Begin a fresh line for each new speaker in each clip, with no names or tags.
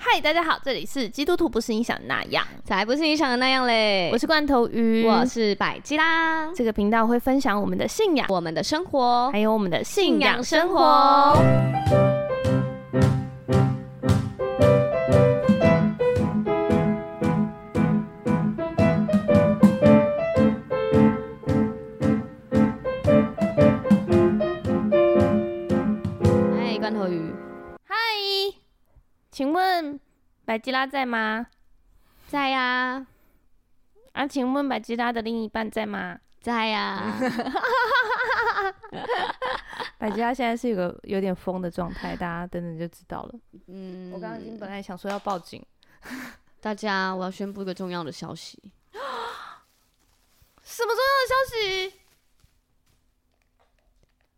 嗨，大家好，这里是基督徒不是你想的那样，
才不是你想的那样嘞！
我哎是罐头鱼，
我是百吉啦，
这个频道会分享我们的信仰，
我们的生活
还有我们的信
信
仰
仰
生
生
活
活。。哎，罐头鱼
嗨，请问百吉拉在吗？
在呀，
啊，请问百吉拉的另一半在吗？
在呀，
百吉拉现在是有个有点疯的状态，大家等等就知道了。
嗯，
我刚刚已经本来想说要报警，
大家，我要宣布一个重要的消息，
什么重要的消息？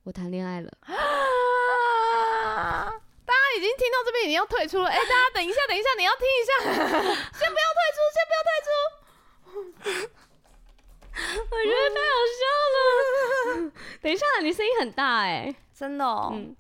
我谈恋 爱了。
啊！ 大家已经听到这边已经要退出了，哎、大家等一下，等一下，你要听一下，先不要退出，先不要退出。
我觉得太好笑了。 等一下，你声音很大哎、
真的哦。
嗯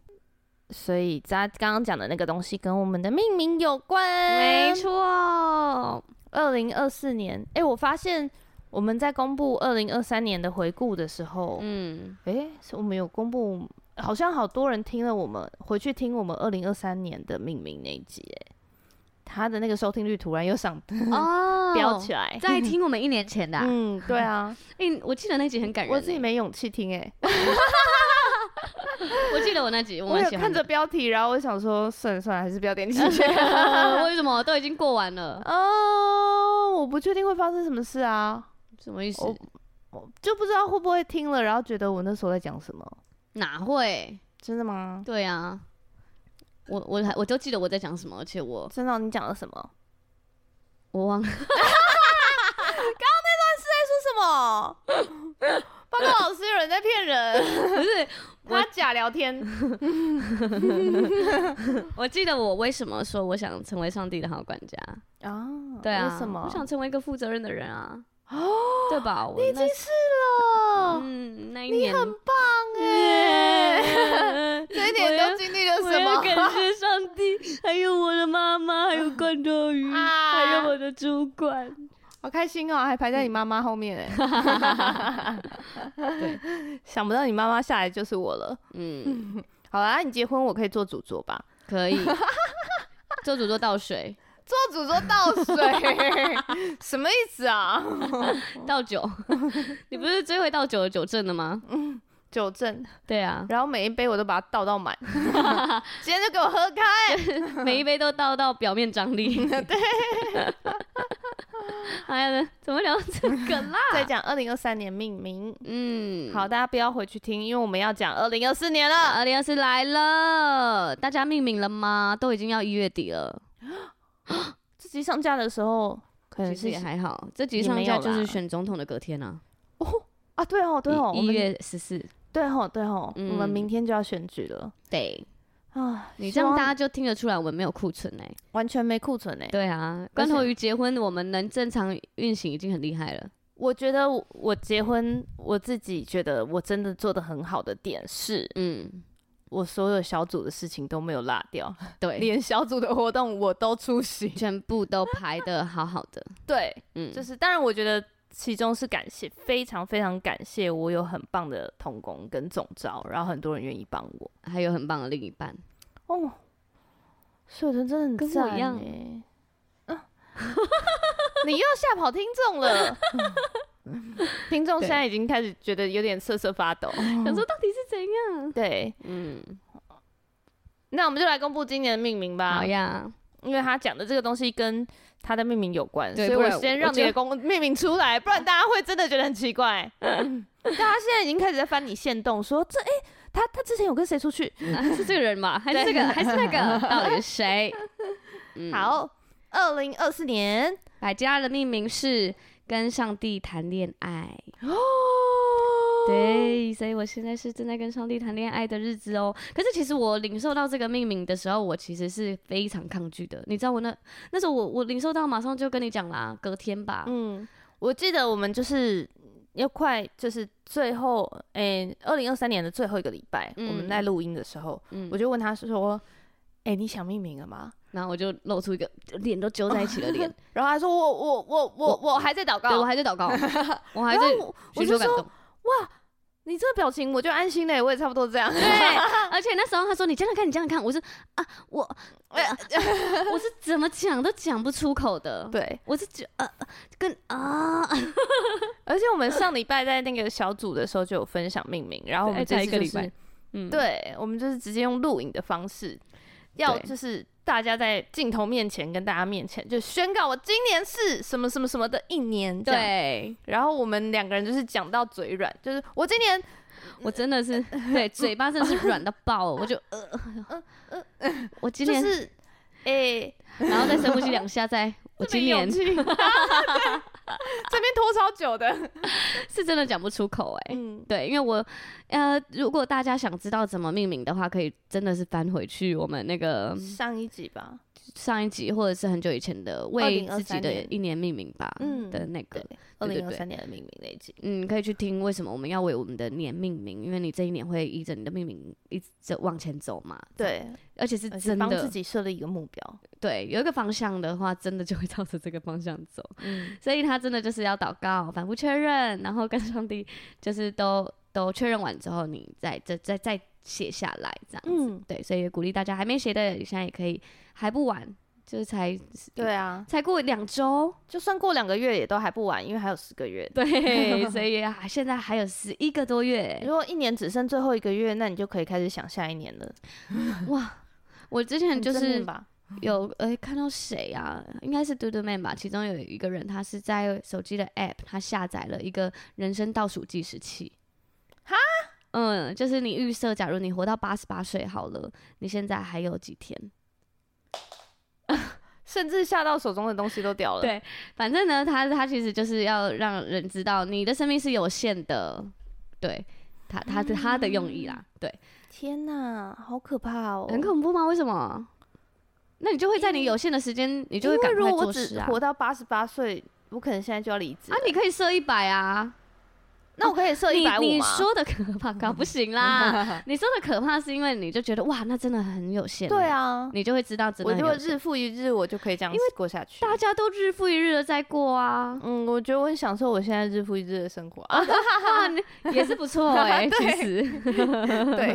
所以咱刚刚讲的那个东西跟我们的命名有关，
没。错，
二零二四年，哎、我发现我们在公布二零二三年的回顾的时候，
嗯，
哎、是我们有公布，好像好多人听了我们回去听我们二零二三年的命名那一集、哎，他的那个收听率突然又上
哦
飙起来。
在听我们一年前的、啊，哎、
嗯，对啊，
我记得那 集很感人、欸
我自己，没勇气听、哎，
我记得我那集，我
我
蛮
有
喜欢
看
的
着。标题，然后我想说，算了算了，还是不要点进去。
为什么都已经过完了？
哦，我不确定会发生什么事啊，
什么意思？
我我就不知道会不会听了，然后觉得我那时候在讲什么。
哪会？
真的吗？
对啊，我我还我就记得我在讲什么，而且我
真的哦、你讲了什么？
我 忘了。
说什么？报告老师，有人在骗人，
不是，
他假聊天。
我记得我为什么说我想成为上帝的好管家？
啊，
对啊，
为什么
我？想成为一个负责任的人 啊。对吧？我
已
那
经是了，
嗯，那一
你
年
很棒 哎、这一点都经历了
我
什
要感
么？
谢上帝，还有我的妈妈，还 有罐头鱼，
啊
还有我的主管。
好开心哦，还排在你妈妈后面哎、 对，想不到你妈妈下来就是我了。
嗯，
好啦，你结婚我可以做主桌吧？
可以。 做主做倒水，
做主桌倒水， 什么意思啊？
倒酒。你不是最会倒酒的酒证的吗？
嗯酒正，
对啊，
然后每一杯我都把它倒到 满，今天就给我喝 开。
每一杯都倒到表面 张力。
嗯
对。 哎呀，怎么聊这个 啦？
再讲二零二三年命名，
嗯，
好，大家不要回去听，因为我们要讲二零二四年了。
二零二四来了，大家命名了吗？都已经要一月底了，
这集上架的时候可能
其实
是
也还好。这集
也
上
没
架
有
就是
啦
选总统的隔天啊，
哦啊，对哦对哦，
一
我
一
们
月十四。
对哦对哦，我
嗯
们明天就要选举了
对，
啊，
你
希
这样
望
大家就听得出来我们没有库存哎、
完全没库存哎。
对
而
啊，关
且
头鱼结婚，我们能正常运行已经很厉害了。
我觉得我我结婚，我自己觉得我真的做的很好的点是，
嗯，
我所有小组的事情都没有落掉，
对，
连小组的活动我都出席。
全部都排的好好的。
对，
嗯，
就是当然，我觉得其中是感谢，非常非常感谢我有很棒的童工跟总招，然后很多人愿意帮我。
还有很棒的另一半，
哦，水豚真的很
跟我
赞
一样
欸啊 你又吓跑听众 了，听众
对
现在已经开始觉得有点瑟瑟发抖。
想说到底是怎样？
哦对，
嗯，
那我们就来公布今年的命名吧
好，呀，
因为他讲的这个东西跟他的命名有关，所
对
以我
不然
先
我
让你
觉
的
得
公命名出来，不然大家会真的觉得很奇 怪。大家现在已经开始在翻你线动，说这哎、他他之前有跟谁出去？
啊是这个人 吗？还是
对
这个？还是 那个？到底是谁？嗯
好，二零二四年
百家的命名是跟上帝谈恋爱。
哦，，
对，所以我现在是正在跟上帝谈恋爱的日子哦。可是其实我领受到这个命名的时候，我其实是非常抗拒的。你知道我那那时候我我领受到，马上就跟你讲啦，隔天吧。
嗯，我记得我们就是要快，就是最后哎，二零二三年的最后一个礼拜，我们
嗯
在录音的时候，
嗯
我就问他说，哎、你想命名了吗？
然后我就露出一个脸都揪在一起的脸，
然后他说我我我我我还在祷
对 我
告，
还在祷 告，我还
然
在
后我我
寻
就
求感
说
动。
哇，你这表情我就安心嘞，我也差不多这样。
对，而且那时候他说你这样看，你这样看，我是啊，我啊我是怎么讲都讲不出口的。，
对，
我是觉呃呃跟啊，
而且我们上礼拜在那个小组的时候就有分享命名，然后我们
对
这
在
次
一个
就
礼拜
是，
嗯，
对，我们就是直接用录影的方式，要
对
就是大家在镜头面前跟大家面前就宣告我今年是什么什么什么的一年，这样。
对，
然后我们两个人就是讲到嘴软，就是我今年
我真 的是对嘴巴真的是软到爆，我就呃呃，我今
就
年，
是，诶、
然后再深呼吸两下，再我
这
今
没勇
年
气 对这边拖超久的，
是真的讲不出口哎。
嗯，
对，因为我，呃，如果大家想知道怎么命名的话，可以真的是翻回去我们那个
上一集吧，
上一集或者是很久以前的为自己
2023
的
年
一年命名吧，
嗯
的那个
对，二
对
零二
对
三年的命名那一集，
嗯，可以去听为什么我们要为我们的年命名，因为你这一年会依着你的命名一直往前走嘛，
对，
而且是
而且
真
帮自
的，
己设立一个目标，
对，有一个方向的话，真的就会照着这个方向走，
嗯，
所以他真的就是要祷告，反复确认，然后跟上帝就是都都确认完之后，你再再再再写下来这样子，
嗯
对，所以也鼓励大家还没写的，现在也可以，还不晚，就是才
对啊，
才过两 周。
就算过两个月也都还不晚，因为还有十个月。
对，所以啊，现在还有十一个
如
多月。
果一年只剩最后一个月，那你就可以开始想下一年了。
我之前
很
就
正面
是
吧，
有诶、看到谁啊？应该是嘟嘟妹吧。其中有一个人，他是在手机的 App，他下载了一个人生倒数计时器。
哈？
嗯，就是你预设，假如你活到八十八岁好了，你现在还有几天？
甚至下到手中的东西都掉了。
对反正呢，他他其实就是要让人知道你的生命是有限的。对，他他
嗯
的他的用意啦，对。
天哪，好可怕哦！
很恐怖吗？为什么？那你就会在你有限的时间，你
你
就会赶
如
快
果我
做
只
事啊！
活到八十八岁，我可能现在就要离职
啊，你可以设一百啊，
那我可以设一
你
百五
你
吗？
说的可怕，搞不 行
啊
啦！你说的可怕是因为你就觉得哇，那真的很有限。
对， 啊，
你就会知道真的
我
很
如
有
果
限。
日复一日，我就可以这样
因
子
为
过下去。，
大家都日复一日的在过啊
嗯，我觉得我很享受我现在日复一日的生活 啊。
哇，你也是不错 哎、
对
其实，
对，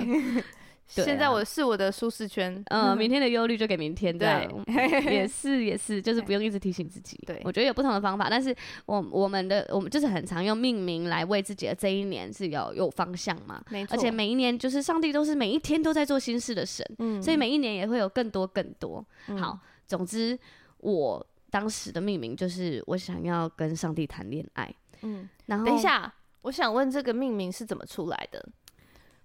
对啊
现在我是我的舒适圈。
嗯，明天的忧虑就给明天这样
对，
也是也是，就是不用一直提醒自己。
对
我觉得有不同的方法，但是我我们的我们就是很常用命名来为自己的这一年是有有方向嘛，
没错，
而且每一年就是上帝都是每一天都在做新事的神，
嗯
所以每一年也会有更多更多。
嗯
好，总之我当时的命名就是我想要跟上帝谈恋爱，
嗯，
然后
等一，下，我想问这个命名是怎么出来的？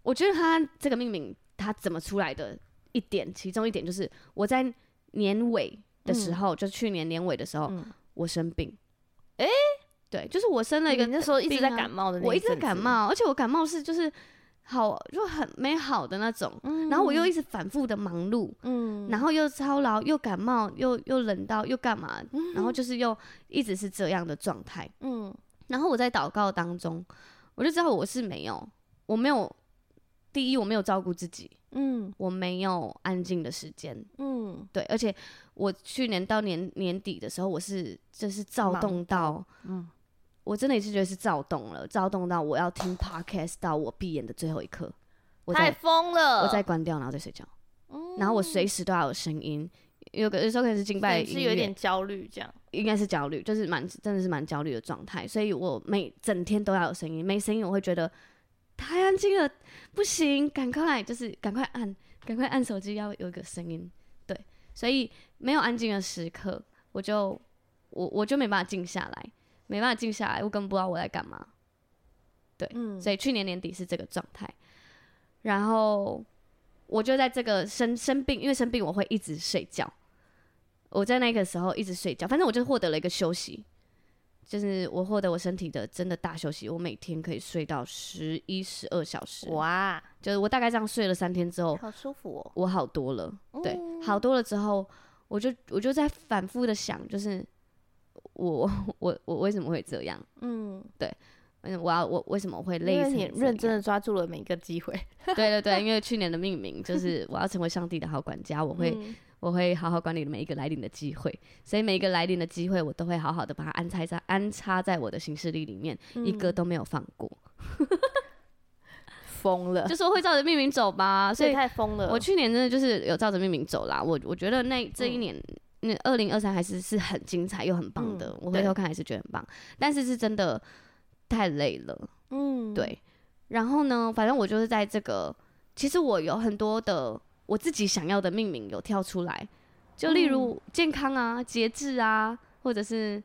我觉得他这个命名他怎么出来的一点，其中一点就是我在年尾的时候，就去年年尾的时候，
嗯
我生病。
诶
对，就是我生了
你
一个，
那时候一直
病
在
啊
感冒的那，
我一直在感，冒，而且我感冒是就是好就很没好的那种，
嗯
然后我又一直反复的忙碌，
嗯
然后又操劳，又感冒，又又冷到，又干嘛，然后就是又一直是这样的状态。
嗯
然后我在祷告当中，我就知道我是没有，我没有，第一我没有照顾自己，
嗯
我没有安静的时间，
嗯，
对，而且我去年到年年底的时候，我是就是躁
忙
动到，
嗯
我真的也是觉得是躁动了，躁动到我要听 podcast 到我闭眼的最后一刻，我
太
再
疯了，嗯
我再关掉，然后再睡觉，然后我随时都要有声音，有个有时候可能是敬
嗯
拜音
是有
乐，
点焦虑这样，
应该是焦虑，就是蛮真的是蛮焦虑的状态，所以我每整天都要有声音，没声音我会觉得太安静了，不行，赶快就是赶快按，赶快按手机要有一个声音，对，所以没有安静的时刻，我就我我就没办法静下来，没办法静下来，我根本不知道我在干嘛，
嗯
所以去年年底是这个状态，然后我就在这个生生病，因为生病我会一直睡觉，我在那个时候一直睡觉，反正我就获得了一个休息，就是我获得我身体的真的大休息，我每天可以睡到十一十二小时，
哇，
就是我大啊概这样睡了三天之后，
好舒服哦，
我好多了，对，
嗯
好多了之后，我就我就在反复的想，就是我 我我为什么会这样？
嗯，
嗯，我要我为什么会累
因为
成
你
这样
认真的抓住了每一个机会，
对对对，因为去年的命名就是我要成为上帝的好管家，我会、
嗯
我会好好管理每一个来临的机会，所以每一个来临的机会，我都会好好的把它安插在安插在我的行事历里面，
嗯
一个都没有放过。
疯了，
就说会照着命运走吧，所
这
以
也太疯了。
我去年真的就是有照着命名走啦。我我觉得那这一年，那二零二三还是是很精彩又很棒的。
嗯
我回头看还是觉得很棒，但是是真的太累了。
嗯，
对，然后呢，反正我就是在这个，其实我有很多的我自己想要的命名有跳出来，就
嗯
例如健康啊、节制啊，或者是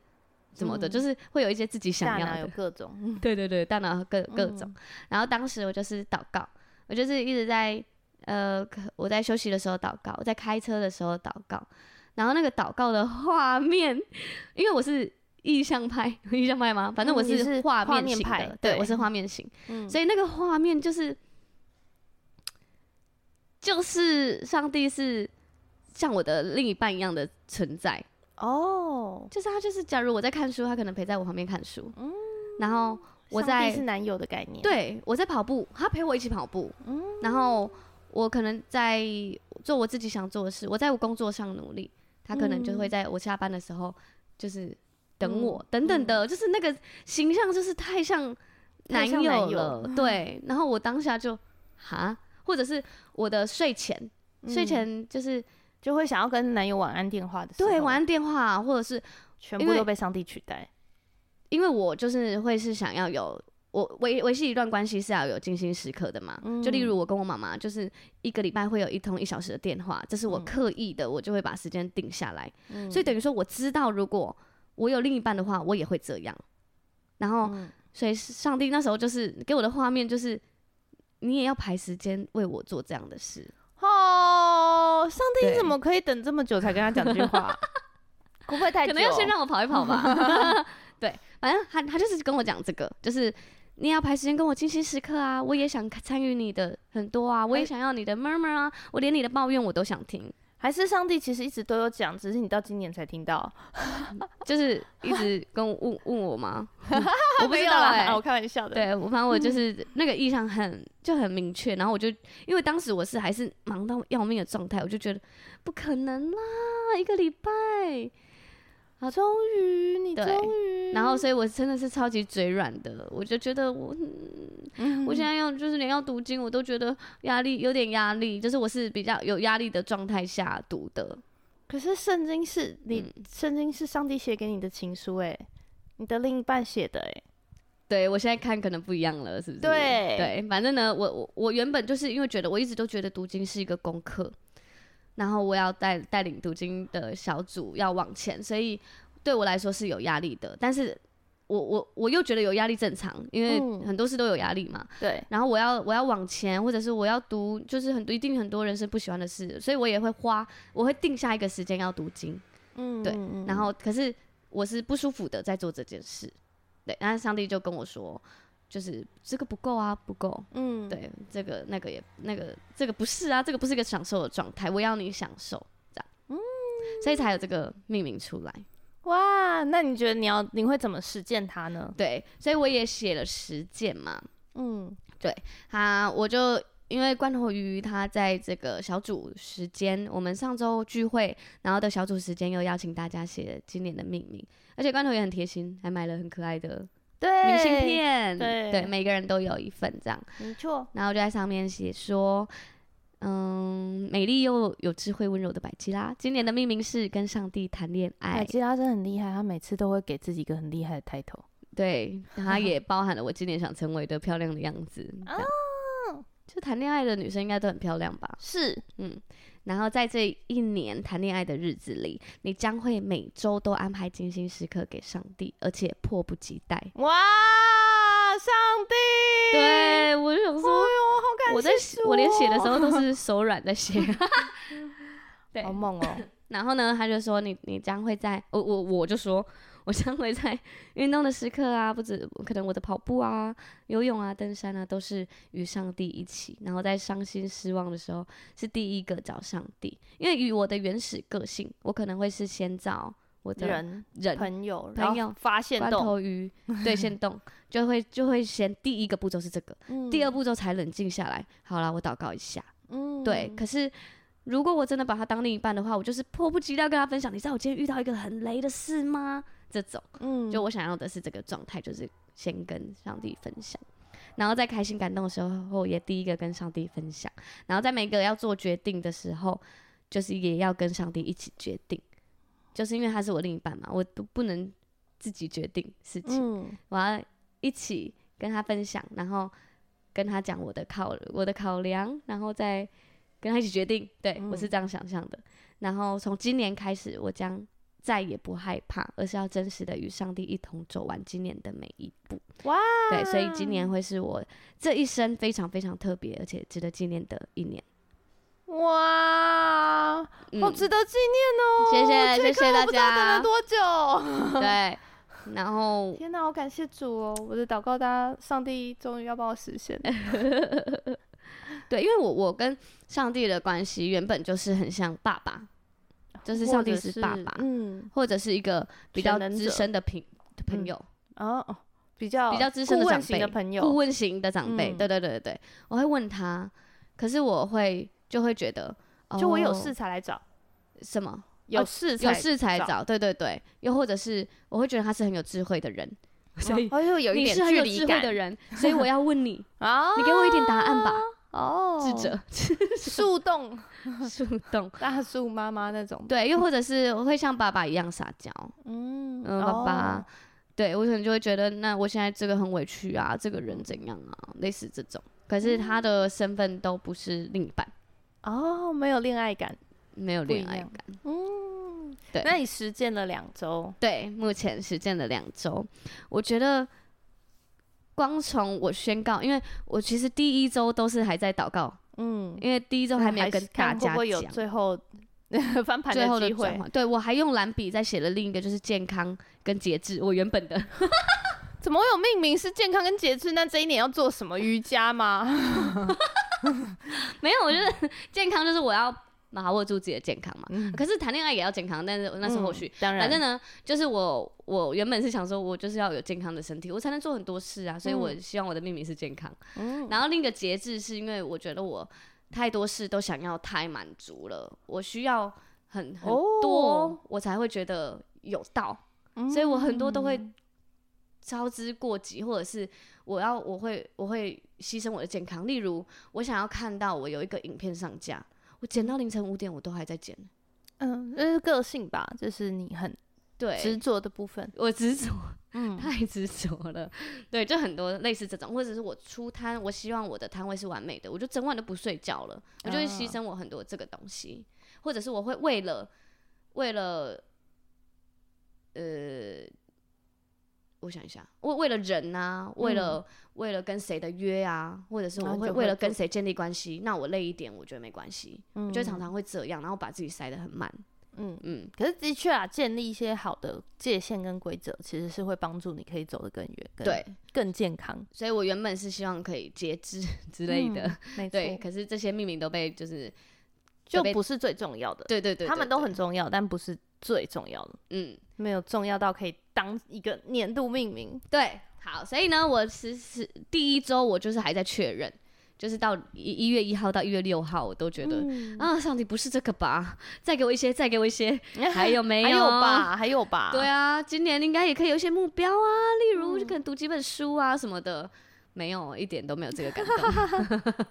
什么的，
嗯
就是会有一些自己
大
想要
脑
的
有。嗯各种，
对对对，大脑各各种。然后当时我就是祷告，我就是一直在呃，可我在休息的时候祷告，我在开车的时候祷告。然后那个祷告的画面，因为我是意向派，意向派吗？反正我
嗯你是
画
画
面
面
型
派
的，对
对
我是画面型，
嗯，
所以那个画面就是就是上帝是像我的另一半一样的存在，
哦，
就是他就是假如我在看书，他可能陪在我旁边看书，然后我
上帝
在
是男友的概念，，
对，我在跑步，他陪我一起跑步，然后我可能在做我自己想做的事，我在我工作上努力，他可能就会
嗯
在我下班的时候就是等我、
嗯
等等的，就是那个形象就是太像
太
男
像
友
男
了，
友
对，然后我当下就哈，或者是我的睡前，睡前就是、呃
就会想要跟男友晚安电话的时候，
对晚，安电话，啊或者是
全
因
部
为
都被上帝取代，
因为我就是会是想要有我维维系一段关系是要有精心时刻的嘛，
嗯
就例如我跟我妈妈就是一个礼拜会有一通一小时的电话，这是我
嗯
刻意的，我就会把时间定下来，
嗯
所以等于说我知道如果我有另一半的话，我也会这样，然后
嗯
所以上帝那时候就是给我的画面就是。你也要排时间为我做这样的事，
哦，上帝
对
你怎么可以等这么久才跟他讲这句 话？啊会不会太久？哦
可能要先让我跑一 跑吧。 对，反正他他就是跟我讲这个，就是你也要排时间跟我精心时刻啊，我也想参与你的很多啊，
哎
我也想要你的 murmur 啊，我连你的抱怨我都想听，
还是上帝其实一直都有讲，只是你到今年才听 到。
就是一 直跟我问问我吗？我不
没
知
有欸
道
啦
哎、
我开玩笑的。，
对我，反正我 就是那个意向很就很明确，然后我就因为当时我是还是忙到要命的状态，我就觉得不可能啦，一个礼拜，
好，终于你
对
终于，
然后所以我真的是超级嘴软的，我就觉得我
嗯
我现在要就是连要读经，我都觉得压力有点压力，就是我是比较有压力的状态下读的。
可是圣经是你，圣经是上帝写给你的情书，哎，你的另一半写的，哎，
对我现在看可能不一样了，是不是？
对
对，反正呢，我我我原本就是因为觉得我一直都觉得读经是一个功课，然后我要带带领读经的小组要往前，所以对我来说是有压力的。但是我我我又觉得有压力正常，因为
嗯
很多事都有压力嘛。
对，
然后我要我要往前，或者是我要读，就是很多一定很多人生不喜欢的事，所以我也会花，我会定下一个时间要读经。
嗯
对
嗯嗯
然后可是我是不舒服的在做这件事，对，然后上帝就跟我说，就是这个不够啊，不够，
嗯，
对，这个那个也那个这个不是啊，这个不是一个享受的状态，我要你享受这样，
嗯
所以才有这个命名出来。
哇，那你觉得你要你会怎么实践它呢？
对，所以我也写了实践嘛，
嗯
他我就因为罐头鱼他在这个小组时间，我们上周聚会，然后的小组时间又邀请大家写今年的命名，而且罐头也很贴心，还买了很可爱的
对，
明信，片，
对
每个人都有一份这样，
没错，
然后就在上面写说。嗯，美丽又有智慧、温柔的百吉拉，今年的命名是跟上帝谈恋爱。
哎，其实他真的很厉害，他每次都会给自己一个很厉害的 title。
对，它也包含了我今年想成为的漂亮的样子。
啊
这样就谈恋爱的女生应该都很漂亮吧？
是，
嗯，然后在这一年谈恋爱的日子里，你将会每周都安排精心时刻给上帝，而且迫不及待。
哇，上帝，
对我就想
哎呦，
说，
好感谢
我在写
主
我连写的
哦
时候都是手软在写。 对
好，猛哦，
然后呢，他就说你你将会在我我我就说我将会在运动的时刻啊，不止可能我的跑步啊、游泳啊、登山啊，都是与上帝一起。然后在伤心失望的时候，是第一个找上帝，因为与我的原始个性，我可能会是先找我的
人
人
朋友
朋
然后
友
发现
关
洞，
头鱼对先动，就会就会先第一个步骤是这个，第
嗯
二步骤才冷静下来。好啦，我祷告一下。
嗯
对，可是如果我真的把他当另一半的话，我就是迫不及待跟他分享。你知道我今天遇到一个很雷的事吗？这种，
嗯，
就我想要的是这个状态，就是先跟上帝分享，然后在开心感动的时候也第一个跟上帝分享，然后在每个要做决定的时候，就是也要跟上帝一起决定，就是因为他是我另一半嘛，我都不能自己决定事情，
嗯
我要一起跟他分享，然后跟他讲我的考我的考量，然后再跟他一起决定。对、
嗯
我是这样想象的。然后从今年开始，我将再也不害怕，而是要真实的与上帝一同走完今年的每一步。
哇，
对，所以今年会是我这一生非常非常特别而且值得纪念的一年。
哇，
嗯
好值得纪念哦！
谢谢
这
谢
一刻
谢
我
大
不知道等
家
了多
对，然后
久？天哪，好感谢主哦！我的祷告，大家，上帝终于要帮我实现了。
对，因为我我跟上帝的关系原本就是很像爸爸，就是上帝
或者
是爸爸，
嗯，
或者是一个比较
全能者
资深的朋朋
嗯
友，
哦，哦比较
比较资深的
顾问
长
型
辈
的朋
顾
友，
问型的长辈。
嗯
对对对对对，我会问他，可是我会就会觉得，
就我有
哦
事才来找，
什么
有事才
有事才
找
找，对对对，又或者是我会觉得他是很有智慧的人， 所以
哦，又有一
你
点
是很
距
有
离
智慧
感
的人，所以我要 问你，
啊
你给我一点答案吧，
哦，
智 者
树洞
树洞。
大树妈妈那种，
对，又或者是我会像爸爸一样撒娇，
嗯
嗯，爸爸，对我可能就会觉得，那我现在这个很委屈啊，这个人怎样啊，类似这种。可是
嗯
他的身份都不是另一半，
哦，哦没有恋爱感，
没有
不一
恋爱
样
感。
嗯，
对
那你实践了两周，
对，目前实践了两周，我觉得光从我宣告，因为我其实第一周都是还在祷告，
嗯，
因为第一周还没有
是
跟
看
大
会
家
不会有
讲。
最后 翻盘
最后的
机
转
会，
换，对我还用蓝笔在写了另一个，就是健康跟节制。我原本的
怎么会有命名是健康跟节制？那这一年要做什么瑜伽吗？
没有，我觉得健康就是我要把握住自己的健康嘛。
嗯
可是谈恋爱也要健康，但是那是后续。
当然，
反正呢，就是我我原本是想说，我就是要有健康的身体，我才能做很多事啊。所以我希望我的命名是健康。
嗯
然后另一个节制是因为我觉得我太多事都想要太满足了，我需要很很多，
哦
我才会觉得有到。
嗯
所以我很多都会操之过急，或者是我要我会我会牺牲我的健康。例如，我想要看到我有一个影片上架，我剪到凌晨五点，我都还在剪。
嗯，那是个性吧，这是你很执
对，
着的部分，
我执着，
嗯
太执着了。对，就很多类似这种，或者是我出摊，我希望我的摊位是完美的，我就整晚都不睡觉了，我就会牺
啊
牲我很多这个东西，或者是我会为了为了呃，我想一下，为为了人啊，为了、为了跟谁的约啊，或者是
然后
我
你嗯
会
就
为
会
了跟
做
谁建立关系，那我累一点，我觉得没关系，
嗯
我就会常常会这样，然后把自己塞得很满，
嗯。
嗯。
可是的确啊，建立一些好的界限跟规则，其实是会帮助你可以走得更远，更
对，，
更健康
所以我原本是希望可以节制 之类的，
嗯没
对，
错，
可是这些命名都被就是
就
被
不是最重要的，
对对对，
他们
对
都
对
很重要，但不是最重要的，
嗯
没有重要到可以当一个年度命名。
对。好，所以呢，我其实第一周我就是还在确认，就是到一一月一号到一月六号，我都觉得、
嗯
啊，上帝不是这个吧？再给我一些，再给我一些，还有没
还有？吧，还有吧，
对
啊，
啊，今年应该也可以有一些目标啊，例如就可能读几本书啊什么的，没有，一点都没有这个感动。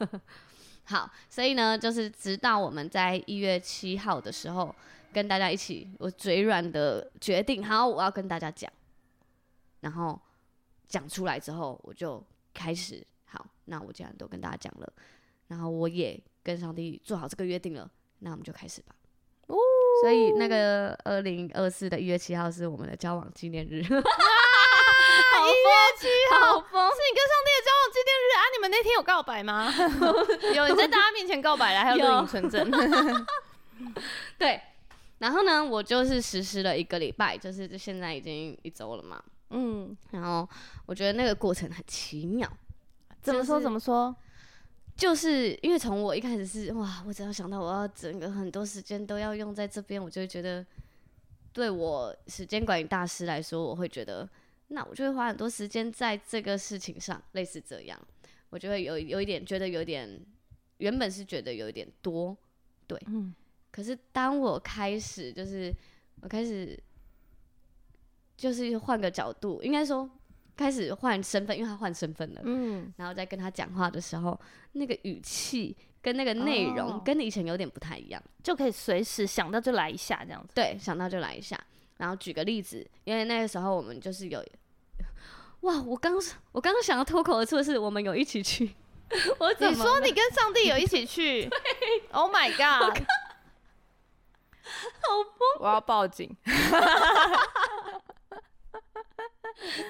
好，所以呢，就是直到我们在一月七号的时候，跟大家一起，我嘴软的决定，好，我要跟大家讲，然后讲出来之后，我就开始，好，那我既然都跟大家讲了，然后我也跟上帝做好这个约定了，那我们就开始吧。哦所以那个二零二四的一月七号是我们的交往纪念日，
一月七
好
号
疯！
是你跟上帝的交往纪念日啊！你们那天有告白吗？ 有啊你在大家面前告白了，还有录
有
影存证。
对，然后呢，我就是实施了一个礼拜，就是现在已经一周了嘛。
嗯，
然后我觉得那个过程很奇妙，
怎么说
就是
怎么说？
就是因为从我一开始是哇，我只要想到我要整个很多时间都要用在这边，我就会觉得，对我时间管理大师来说，我会觉得，那我就会花很多时间在这个事情上，类似这样，我就会有有一点觉得有点，原本是觉得有一点多，对，
嗯
可是当我开始就是我开始就是换个角度，应该说开始换身份，因为他换身份了，
嗯，
然后再跟他讲话的时候，那个语气跟那个内容
哦
跟以前有点不太一样。
就可以随时想到就来一下这样子。
对，想到就来一下。然后举个例子，因为那个时候我们就是有， 哇，我刚我刚刚想要脱口而出的是，我们有一起去， 我怎
你
么
说你跟上帝有一起 去？Oh my god！
我要报警。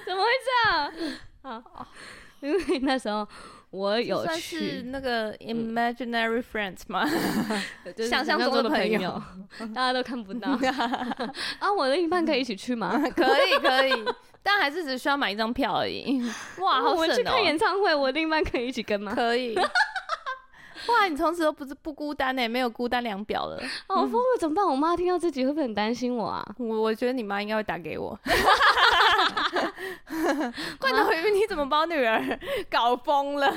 怎么会这样？好， 因为那时候我有
算是
去，
那个 imaginary friends 吗？
就是
想象
中
中的
朋
朋友，
大家都看不 到啊，我的另一半 可以一起去吗？
可以可以，
但还是只需要买一张票而已。哇，好
我们去
省
看
哦！
演唱会，我另一半可以一起跟吗？
可以。
哇，你从此都不是不孤单欸呢，没有孤单量表了。
哦，我疯了，怎么办？我妈听到这集会不会很担心我啊？
我我觉得你妈应该会打给 我。
罐头鱼，你怎么把我女儿 搞疯 了？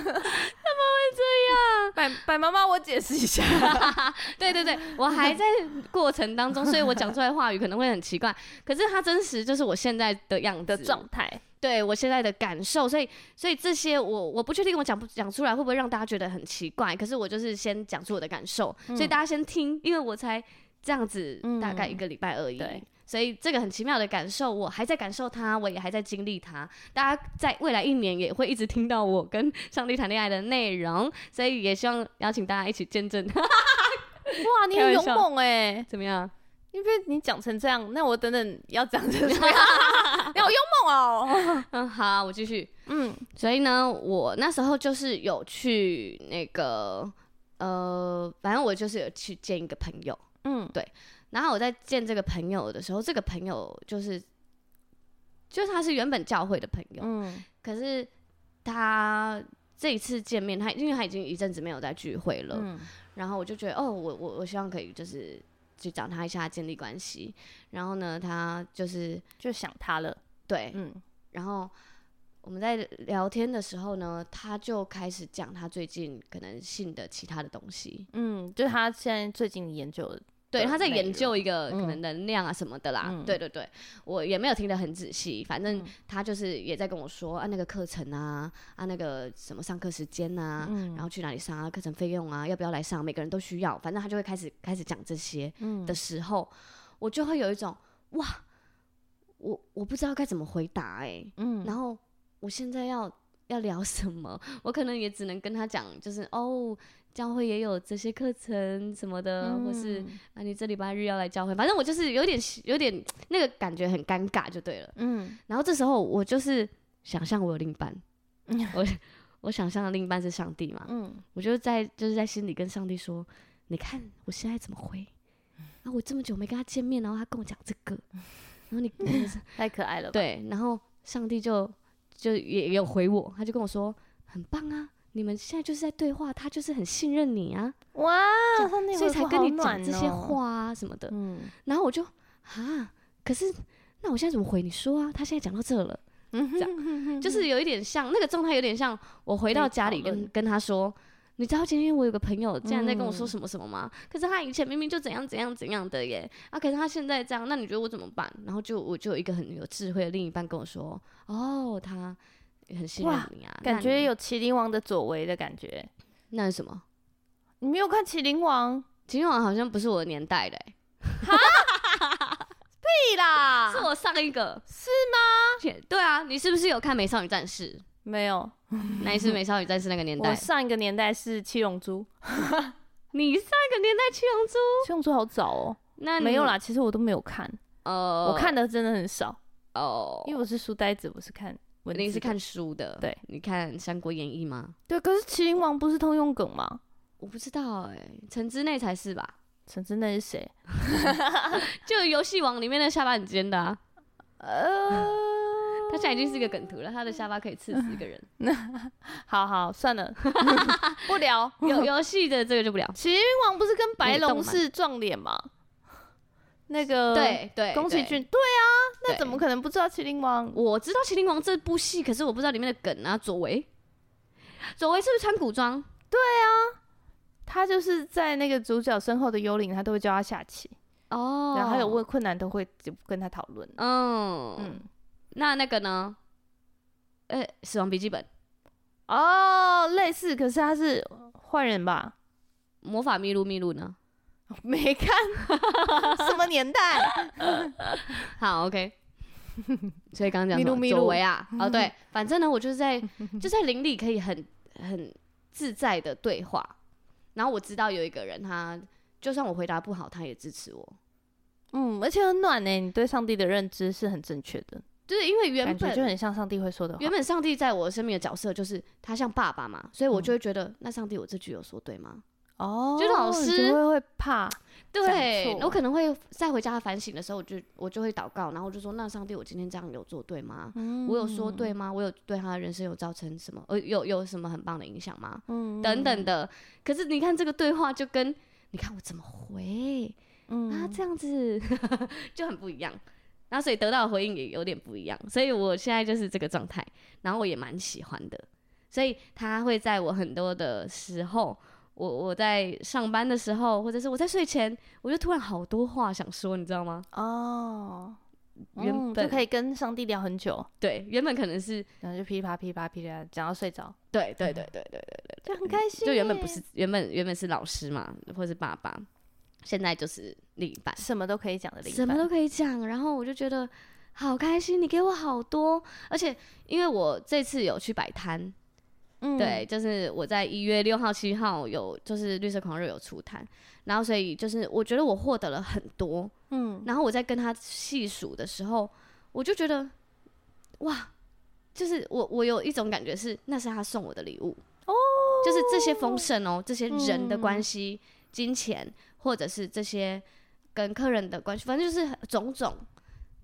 百百妈妈，我解释一下。
对对对，我还在过程当中，所以我讲出来的话语可能会很奇怪，可是它真实就是我现在的样 子
的状态，
对我现在的感受，所以所以这些我我不确定我讲不讲出来会不会让大家觉得很奇怪，可是我就是先讲出我的感受，所以大家先听，因为我才这样子
嗯
大概一个礼拜而已。
对
所以这个很奇妙的感受，我还在感受它，我也还在经历它。大家在未来一年也会一直听到我跟 上帝谈恋爱的内容，所以也希望邀请大家一起见证
哇，你很勇猛哎！
怎么样？
因为你讲成这样，那我等等要讲成这 样，你好勇猛哦。
嗯，好，我继续。
嗯，
所以呢，我那时候就是有去那个呃，反正我就是有去见一个朋友，
嗯，
然后我在见这个朋友的时候，这个朋友就是就是他是原本教会的朋友，
嗯，
可是他这一次见面，他因为他已经一阵子没有在聚会了，
嗯，
然后我就觉得，哦，我我我希望可以就是去找他一下建立关系，然后呢，他就是
就想他了。
对，
嗯，
然后我们在聊天的时候呢，他就开始讲他最近可能信的其他的东西。
嗯，就是他现在最近研究的，
对，他在
内
研
容
究一个可
嗯
能能量啊什么的啦。
嗯
对对对，我也没有听得很仔细，反正他就是也在跟我说啊，那个课程啊，啊那个什么上课时间
嗯
啊，然后去哪里上啊，课程费用啊，要不要来上，每个人都需要。反正他就会开始开始讲这些
嗯
的时候，我就会有一种哇，我我不知道该怎么回答哎、
嗯，
然后我现在要 要聊什么？ 我可能也只能跟他讲，就是哦，教会也有这些课程什么的，
呃嗯
或是啊，你这礼拜日要来教会，反正我就是有点有点那个感觉很尴尬就对了。
嗯，
然后这时候我就是想象我有另一半， 我我想象的另一半是上帝嘛，
嗯，
我就在就是在心里跟上帝说，你看我现在怎 么回？啊，我这么久没跟他见面，然后他跟我讲这个，然后你你
太可爱了吧。
对，然后上帝就就也也有回我，他就跟我说很棒啊，你们现在就是在对话，他就是很信任你啊，
哇，他那
所以
回
才
复
跟
好
你讲
暖
这些
哦。
话啊什么的。
嗯，
然后我就啊，可是那我现在怎么回？你说啊，他现在讲到这了，这 样就是有一点像那个状态，有点像我回到家里
嗯被讨
跟
论嗯
跟他说。你知道今天我有个朋友竟然在跟我说什么什么吗？可是他以前明明就怎样怎样怎样的耶，啊，可是他现在这样，那你觉得我怎么办？然后就我就有一个很有智慧的另一半跟我说，哦，他很信任
哇
你啊，那
感觉
你
有《麒麟王》的左为的感觉。
那是什么？
你没有看《麒麟王》？
秦王好像不是我的年代的欸耶、
对啦
是我上一个
啊是
吗？对啊，你是不是有看《美少女战士》？
没有，
那也是美少女战士那个年
我
代。哦
上一个年代是《七龙珠》，《
你上一个年代七龙珠，
七龙珠》好早哦。
那你
没有？啦，其实我都没有看，
呃，
我看的真的很少，
哦，
因为我是书呆子，我是看文字的。
你是看书的，
对，
你看《三国演义》吗？
对，可是《麒麟王》不是通用梗吗？
我不知道哎、陈之内才是吧？
陈真那是谁？
就游戏王里面的下巴很尖的、啊，
呃，
他现在已经是一个梗图了，他的下巴可以刺死一个 人。
好好算 了，不聊。
游游戏的这个就不聊。
麒麟王不是跟白
那个动
龙
漫
是撞脸吗？ 那个，
对对，
宫崎
对。
骏，对啊，那
对
怎么可能不知道麒麟王？
我知道《麒麟王》这部戏，可是我不知道里面的梗啊。左为，左为是不是穿古装？
他就是在那个主角身后的幽灵，他都会教他下棋，
哦，
然后还有问，困难都会就跟他讨论。
嗯
嗯，
那那个呢？呃，《死亡笔记本》
哦，类似，可是他是坏人吧？
魔法秘录秘录呢？
没 看，什么年代？
好，OK。所以刚刚讲
迷
什
路
么
迷
久
路
违啊，哦对，反正呢，我就是在 就在林里可以很很自在的对话，然后我知道有一个人他。就算我回答不好，他也支持我。
嗯，而且很暖呢、你对上帝的认知是很正确的，
就是因为原
感觉就
本
很像上帝会说的话
原。本上帝在我生命的角色就是他像爸爸嘛，所以我就会觉得、那上帝我这句有说对吗？
哦，
就老
你
师
就会会怕，
对，
错
我可能会再回家反省的时候，我就我就会祷告，然后我就说：那上帝，我今天这样有做对吗？
嗯
我有说对吗？我有对他的人生有造成什么？呃，有有什么很棒的影响吗？
嗯
等等的。可是你看这个对话，就跟你看我怎么回啊，
嗯，
这样子 就很不一样。然后所以得到的回应也有点不一样，所以我现在就是这个状态，然后我也蛮喜欢的。所以他会在我很多的时候，我我在上班的时候，或者是我在睡前，我就突然好多话想说，你知道吗？
哦，
原
嗯
本
就可以跟上帝聊很久，
对，原本可能是
然后就噼啪噼啪噼啪讲到睡着，
对对对对对
就很开心耶。
嗯就原本不是原本原本是老师嘛，或是爸爸，现在就是另一半，
什么都可以讲的另一
什么
半
都可以讲。然后我就觉得好开心，你给我好多，而且因为我这次有去摆摊，
嗯
对，就是我在一月六号、七号有就是绿色狂热有出摊，然后所以就是我觉得我获得了很多，
嗯
然后我在跟他细数的时候，我就觉得哇，就是我我有一种感觉是那是他送我的礼物，
哦，
就是这些丰盛哦，这些人的关
嗯
系、金钱，或者是这些跟客人的关系，反正就是种种，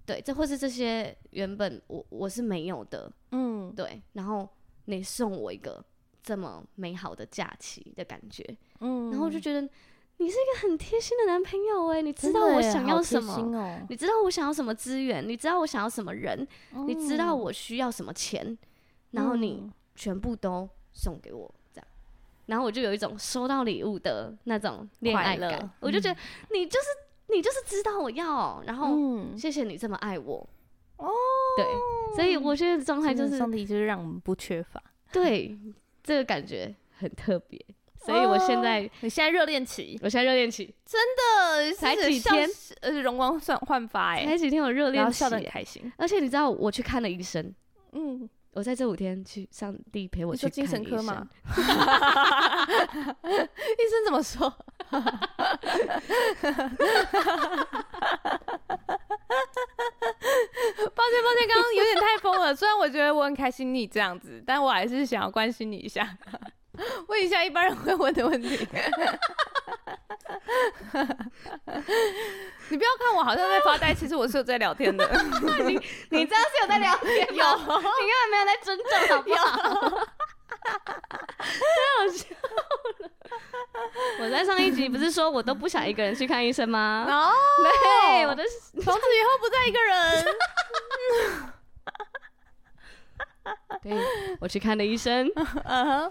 对，这或是这些原本我我是没有的，
嗯
对，然后你送我一个这么美好的假期的感觉，
嗯
然后我就觉得你是一个很贴心的男朋友哎，你知
真
道
的
我
耶
想
好
要
贴
什么，
心哦
你知道我想要什么资源，你知道我想要什么人，
哦
你知道我需要什么钱，然后你
嗯
全部都送给我，这样，然后我就有一种收到礼物的那种恋爱
快
感
乐，
我就觉得你就是你就是知道我要，然后
嗯
谢谢你这么爱我，
哦，
对，所以我现在的状态
真
就
的
是
上帝就是让我们不缺 乏。
对这个感觉很特别，所以我现在
你现在热恋期，
我现在热恋期，
呃，
才
是
几
像
天
是，呃，容光焕焕发哎，
前几天我热
然
恋
后
期
笑得很
耶，
开心。
而且你知道我去看了医生，
嗯，
我在这五天去上帝陪我
你
去
说精
看
神
医
科
生
吗？医生怎么 说？抱歉，抱歉，刚刚有点太疯了。虽然我觉得我很开心你这样子，但我还是想要关心你一下，问一下一般人会问的问题。你不要看我好像在发呆，其实我是有在聊天的。
你这样是有在聊 天吗？有，你根 本没有在尊重，好不好？太好笑了！ 我在上一集不是说我都不想一个人去看医生 吗？
哦，
对，我的
从此以后不再一个 人。
对，我去看了 医生，
嗯哼，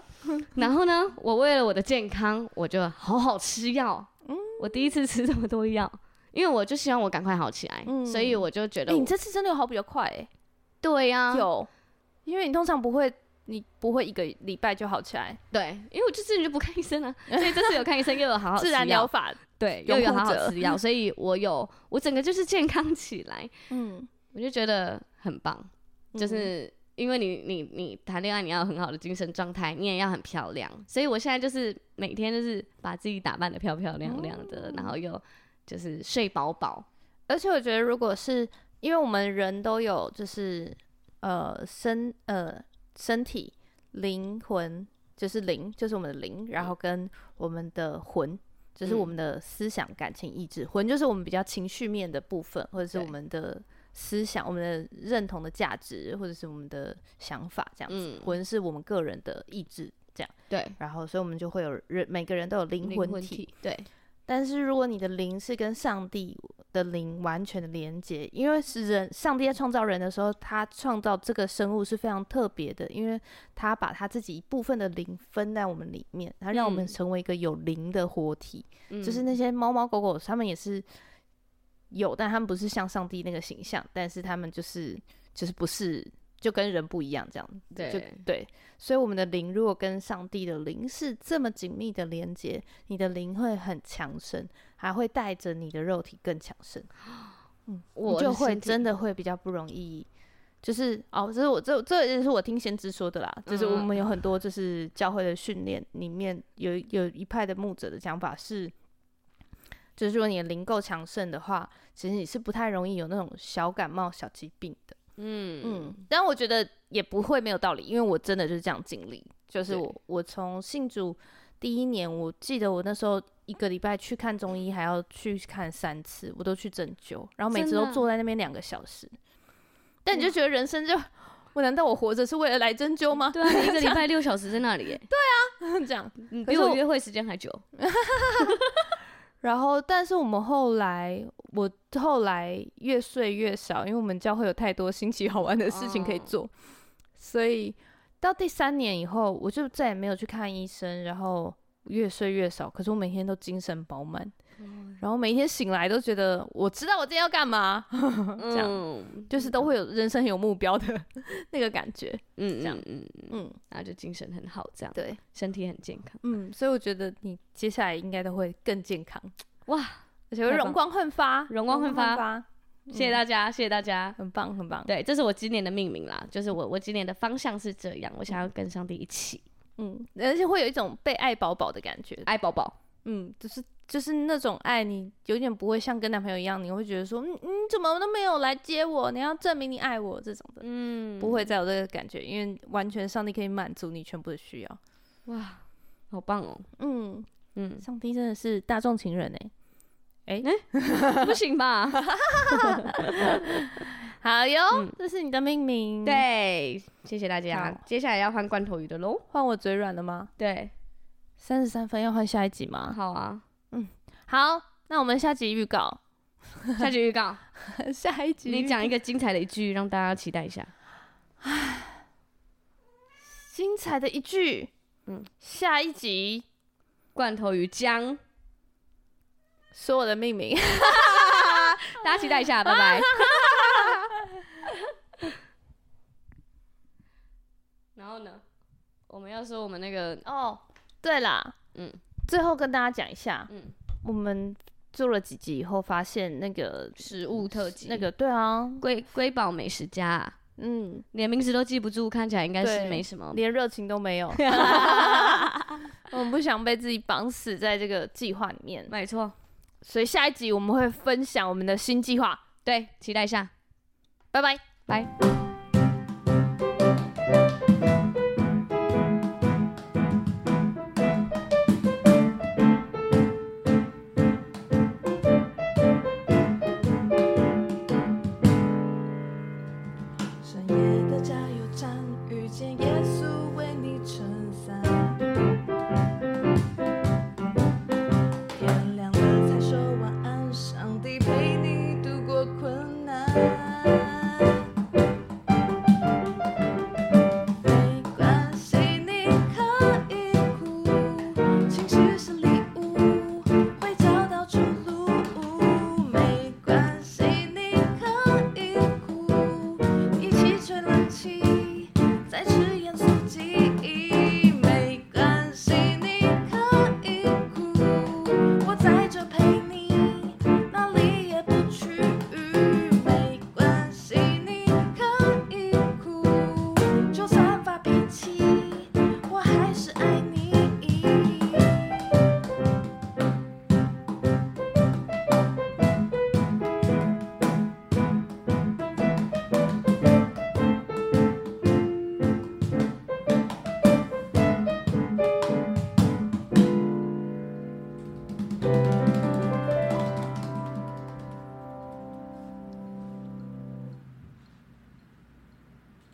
然后呢，我为了我的健康，我就好好吃药。
嗯
我第一次吃这么多药，因为我就希望我赶快好起来，
嗯
所以我就觉
哎、
得我
你这次真的有好比较快哎、
对啊呀、
有，因为你通常不会，你不会一个礼拜就好起来，
对，因为我就之前就不看医生啊，所以这次有看 医生，又有好好
自
吃
然
药
疗法。
对，又
拥
有
护
好好
者
吃药，所以我有我整个就是健康起来，
嗯，
我就觉得很棒。就是因为你你你谈恋爱，你要有很好的精神状态，你也要很漂亮，所以我现在就是每天就是把自己打扮的漂漂亮亮的，然
哦
后又就是睡饱饱。
而且我觉得，如果是因为我们人都有，就是呃身呃身体、灵魂，就是灵，就是我们的灵，然
嗯
后跟我们的魂，就是我们的思想、感情、意志。魂就是我们比较情绪面的部分，或者是
对
我们的思想、我们的认同的价值，或者是我们的想法这样子。
嗯，
魂是我们个人的意志，这样。
对，
然后，所以我们就会有人，每个人都有灵魂体。
对，
但是如果你的灵是跟上帝的灵完全的连接，因为是人，上帝在创造人的时候，他创造这个生物是非常特别的，因为他把他自己一部分的灵分在我们里面，他让我们
嗯
成为一个有灵的活体。
嗯
就是那些猫猫狗狗，他们也是有，但他们不是像上帝那个形象，但是他们就是就是不是就跟人不一样这样。就
对
对，所以我们的灵如果跟上帝的灵是这么紧密的连接，你的灵会很强盛，还会带着你的肉体更强盛，你
我
就会真
的
的会比较不容易。就是哦，这是我这这也是我听先知说的啦，就是我
嗯
们有很多就是教会的训练里面有有一派的牧者的讲法是，就是如果你的灵够强盛的话，其实你是不太容易有那种小感冒、小疾病的。
身体，嗯
嗯，但我觉得也不会没有道理，因为我真的就是这样经历。就是
对
我我从信主第一年，我记得我那时候一个礼拜去看中医，还要去看三次，我都去针灸，然后每次
真
都
的
坐在那边两个小时。但你就觉得人生就， 我难道我活着是为了来针灸吗？
对啊，你一个礼 拜六小时在那里耶，
这样。
你
可
比
是
我
我
约会时间还久。
然后，但是我们后来，我后来越睡越少，因为我们教会有太多新奇好玩的事情可以
哦
做，所以到第三年以后，我就再也没有去看医生，然后越睡越少。可是我每天都精神饱满，
嗯
然后每一天醒来都觉得我知道我今天要干嘛， 这样
嗯
就是都会有人生很有目标的 那个感觉。
嗯
这样
嗯嗯，嗯
嗯，
然后就精神很好，这样
对，
身体很健康。
嗯，所以我觉得你接下来应该都会更健康，
哇，
而且会
太棒
容光焕发，
容光焕发
发，嗯
谢谢大家，谢谢大家。
很棒，很棒。
对，这是我今年的命名啦，就是我我今年的方向是这样，我想要跟上帝一起
嗯，而且会有一种被爱宝宝的感觉，
爱宝宝。
嗯，就是就是那种爱，你有点不会像跟男朋友一样，你会觉得说，嗯，你怎么都没有来接我，你要证明你爱我这种的，
嗯
不会再有这个感觉，因为完全上帝可以满足你全部的需要。
哇，好棒哦。
嗯，，
嗯
上帝真的是大众情人
欸
哎、
不行吧？
好哟，
嗯
这是你的命名。，
对，谢谢大家。
好
接下来要换罐头鱼的喽。
换我嘴软了吗？
对，
三十三分要换下一集吗？
好啊。
好，那我们下集预 告，
下集预 告，
下一集
你讲一个精彩的一句，让大家期待一 下。
精彩的一句，嗯
嗯，
下一集
罐头鱼姜，
说我的命 名。
大家期待一 下，拜拜。然后呢，我们要说我们那个
哦，对啦，嗯
嗯，
最后跟大家讲一下，
嗯
我们做了几集以后，发现那个
食物特辑，
那个对啊，
瑰瑰宝美食家啊、
嗯，
连名字都记不住，看起来应该
对
是没什么。
连热情都 没有， 我们不想被自己绑死在这个计划里面，
没错，
所以下一集我们会分享我们的新计划，
对，期待一下。
拜拜。
深夜的加油站遇见耶稣为你撑伞，天亮了才说晚安，上帝陪你度过困难。